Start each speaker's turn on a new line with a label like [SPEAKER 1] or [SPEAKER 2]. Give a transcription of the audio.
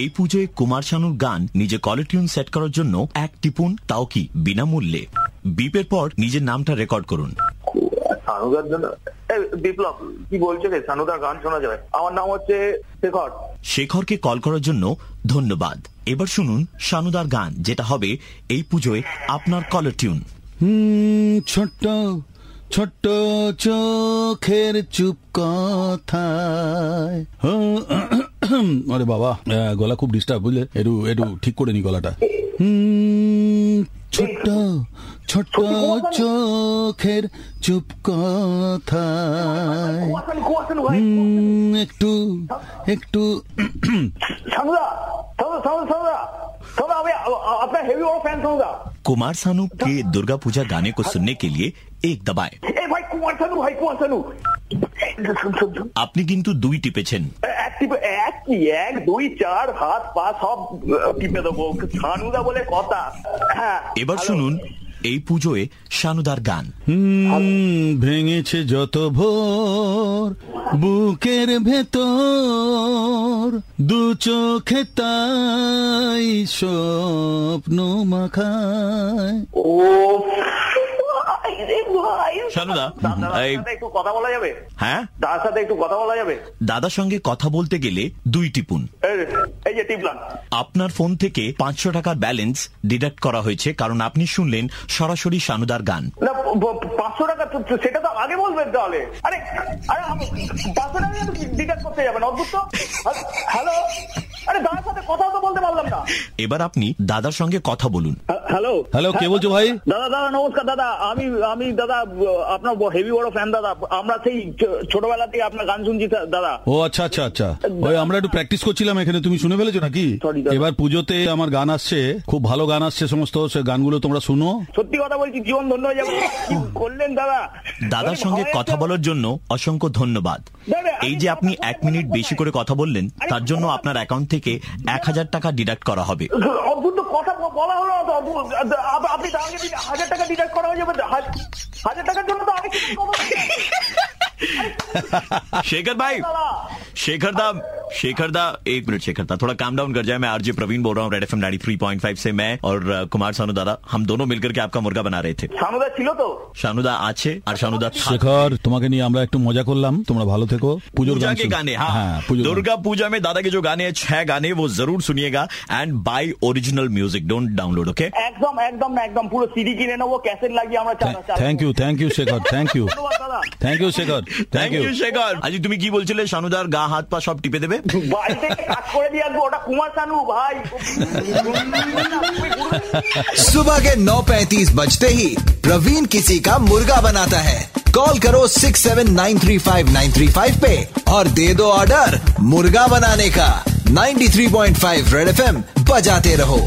[SPEAKER 1] এই পুজোয় কুমার শানুর গান নিজে কলেটিউন সেট করার জন্য এক টিপুন তাও কি বিনামূল্যে বিপের পর নিজের নামটা রেকর্ড করুন
[SPEAKER 2] সানুদার জন্য এই বিপ্লব কি বলছে রে সানুদার গান শোনা যাবে আমার নাম হচ্ছে শেখর
[SPEAKER 1] শেখরকে কল করার জন্য ধন্যবাদ এবার শুনুন শানুদার গান যেটা হবে এই পুজোয় আপনার কলার টিউন
[SPEAKER 3] হুম, ছোট্ট ছোট্ট চোখের চুপ কথায় হো, আরে বাবা আহ, গলা খুব ডিস্টার্ব বুঝলে একটু একটু ঠিক করে নি গলাটা হুম, ছোট্ট ছোট্ট চোখের চুপ
[SPEAKER 1] হ্যাঁ।
[SPEAKER 3] কথায়
[SPEAKER 2] কুয়াশানি কুয়াশানি ভাই
[SPEAKER 3] হুম, একটু একটু
[SPEAKER 2] সানুদা সানুদা সানুদা সানুদা সানুদা আমি আ- আ- আপনার হেভি বড় ফ্যান সানুদা
[SPEAKER 1] कुमार सानू के दुर्गा पूजा गाने को सुनने के लिए एक दबाए
[SPEAKER 2] এই ভাই কুমার শানু ভাই কুমার শানু এই, শুন, শুন, শুন।
[SPEAKER 1] আপনি কিন্তু দুই টিপেছেন
[SPEAKER 2] এক টিপে- এক কি এক দুই চার হাত পা সব আহ, টিপে দেবো সানুদা বলে কথা হ্যাঁ
[SPEAKER 1] এবার
[SPEAKER 2] হ্যালো।
[SPEAKER 1] শুনুন এই পুজোয় শানুদার গান
[SPEAKER 3] হুম, ভেঙেছে যত ভোর বুকের ভেতর দু চোখে তাই স্বপ্ন মাখায়
[SPEAKER 2] ও ভাই রে ভাই
[SPEAKER 1] শানুদা,
[SPEAKER 2] দাদার
[SPEAKER 1] এই-
[SPEAKER 2] সাথে একটু কথা বলা যাবে
[SPEAKER 1] হ্যাঁ
[SPEAKER 2] তার সাথে একটু কথা বলা যাবে
[SPEAKER 1] দাদার সঙ্গে কথা বলতে গেলে দুই টিপুন
[SPEAKER 2] এই- এই যে টিপলাম
[SPEAKER 1] আপনার ফোন থেকে পাঁচশো টাকার ব্যালেন্স ডিডাক্ট করা হয়েছে কারণ আপনি শুনলেন সরাসরি শানুদার গান
[SPEAKER 2] না প- প- পাঁচশো টাকা তো- তো সেটা তো আগে বলবেন তাহলে আরে আরে আমি পাঁচশো টাকা ডিটাক্ট করতে যাবেন অদ্ভুত তো হ্যালো আরে দাদার সাথে কথাও তো বলতে পারলাম না
[SPEAKER 1] এবার আপনি দাদার সঙ্গে কথা বলুন
[SPEAKER 2] হ্যালো
[SPEAKER 3] হ্যালো কে বলছো ভাই
[SPEAKER 2] দাদা দাদা নমস্কার দাদা আমি আমি দাদা আপনার হেভি বড় ফ্যান দাদা আমরা সেই ছো- ছোটবেলা থেকে আপনার গান শুনছি দা- দাদা
[SPEAKER 3] ও আচ্ছা আচ্ছা আচ্ছা ওই আমরা একটু প্র্যাকটিস করছিলাম এখানে তুমি শুনে ফেলেছো নাকি
[SPEAKER 2] Sorry, দাদা।
[SPEAKER 3] এবার পুজোতে আমার গান আসছে খুব ভালো গান আসছে সমস্ত সে গানগুলো তোমরা শুনো
[SPEAKER 2] সত্যি কথা বলছি জীবন ধন্য হয়ে যাবে কি করলেন দাদা
[SPEAKER 1] দাদার সঙ্গে
[SPEAKER 2] ভয়ে
[SPEAKER 1] কথা
[SPEAKER 2] তো-
[SPEAKER 1] বলার জন্য অসংখ্য ধন্যবাদ
[SPEAKER 2] দাদা,
[SPEAKER 1] এই
[SPEAKER 2] আমি
[SPEAKER 1] যে আপনি
[SPEAKER 2] কথা
[SPEAKER 1] এক
[SPEAKER 2] বলবো
[SPEAKER 1] মিনিট
[SPEAKER 2] না।
[SPEAKER 1] বেশি করে কথা বললেন তার জন্য আপনার অ্যাকাউন্ট থেকে এক হাজার টাকা ডিডাক্ট করা হবে
[SPEAKER 2] অদ্ভুত তো কথা বলা হলো না তো অদ্ভুত। আপ- আপনি তাহলে যদি হাজার টাকা ডিডাক্ট করা হয়ে যাবে হা- হাজার টাকার জন্য তো আমি কিছু করবো না।
[SPEAKER 1] शेखर भाई
[SPEAKER 2] দাদা
[SPEAKER 1] शेखर दा शेखर दा एक मिनट शेखर दा थोड़ा काम डाउन कर जाए मैं आरजे प्रवीण बोल रहा हूँ red F M three point five से मैं और अ, कुमार सानू दादा हम दोनों मिलकर के आपका मुर्गा बना रहे थे
[SPEAKER 2] সানুদা ছিল তো
[SPEAKER 1] शानुदा আছে আর শানুদা থাক।
[SPEAKER 3] শেখর তোমাকে নিয়ে আমরা একটু মজা করলাম তোমরা ভালো থেকো পুজোর
[SPEAKER 1] पूजा
[SPEAKER 3] গান
[SPEAKER 1] के
[SPEAKER 3] শুনো।
[SPEAKER 1] गाने
[SPEAKER 3] হ্যাঁ
[SPEAKER 1] हाँ
[SPEAKER 3] পুজোর গান।
[SPEAKER 1] दुर्गा पूजा में दादा के जो गाने हैं छह गाने वो जरूर सुनिएगा and bye original music don't download okay
[SPEAKER 2] একদম একদম না একদম পুরো সিডি কিনে নেবো ক্যাসেট লাগিয়ে আমরা চালা চালা
[SPEAKER 3] thank you thank you Shekhar thank you
[SPEAKER 2] ধন্যবাদ দাদা
[SPEAKER 3] thank you Shekhar thank
[SPEAKER 1] thank
[SPEAKER 3] you
[SPEAKER 1] you Shekhar আজি তুমি কি বলছিলে শানুদার গা হাত পা সব টিপে দেবে
[SPEAKER 2] বাড়িতে কাজ করে দিয়ে আসবো ওটা কুমার শানু ভাই
[SPEAKER 4] सुबह के 9:35 बजते ही प्रवीण किसी का मुर्गा बनाता है कॉल करो 6793593 पे और दे दो ऑर्डर मुर्गा बनाने का 93.5 रेड एफएम बजाते रहो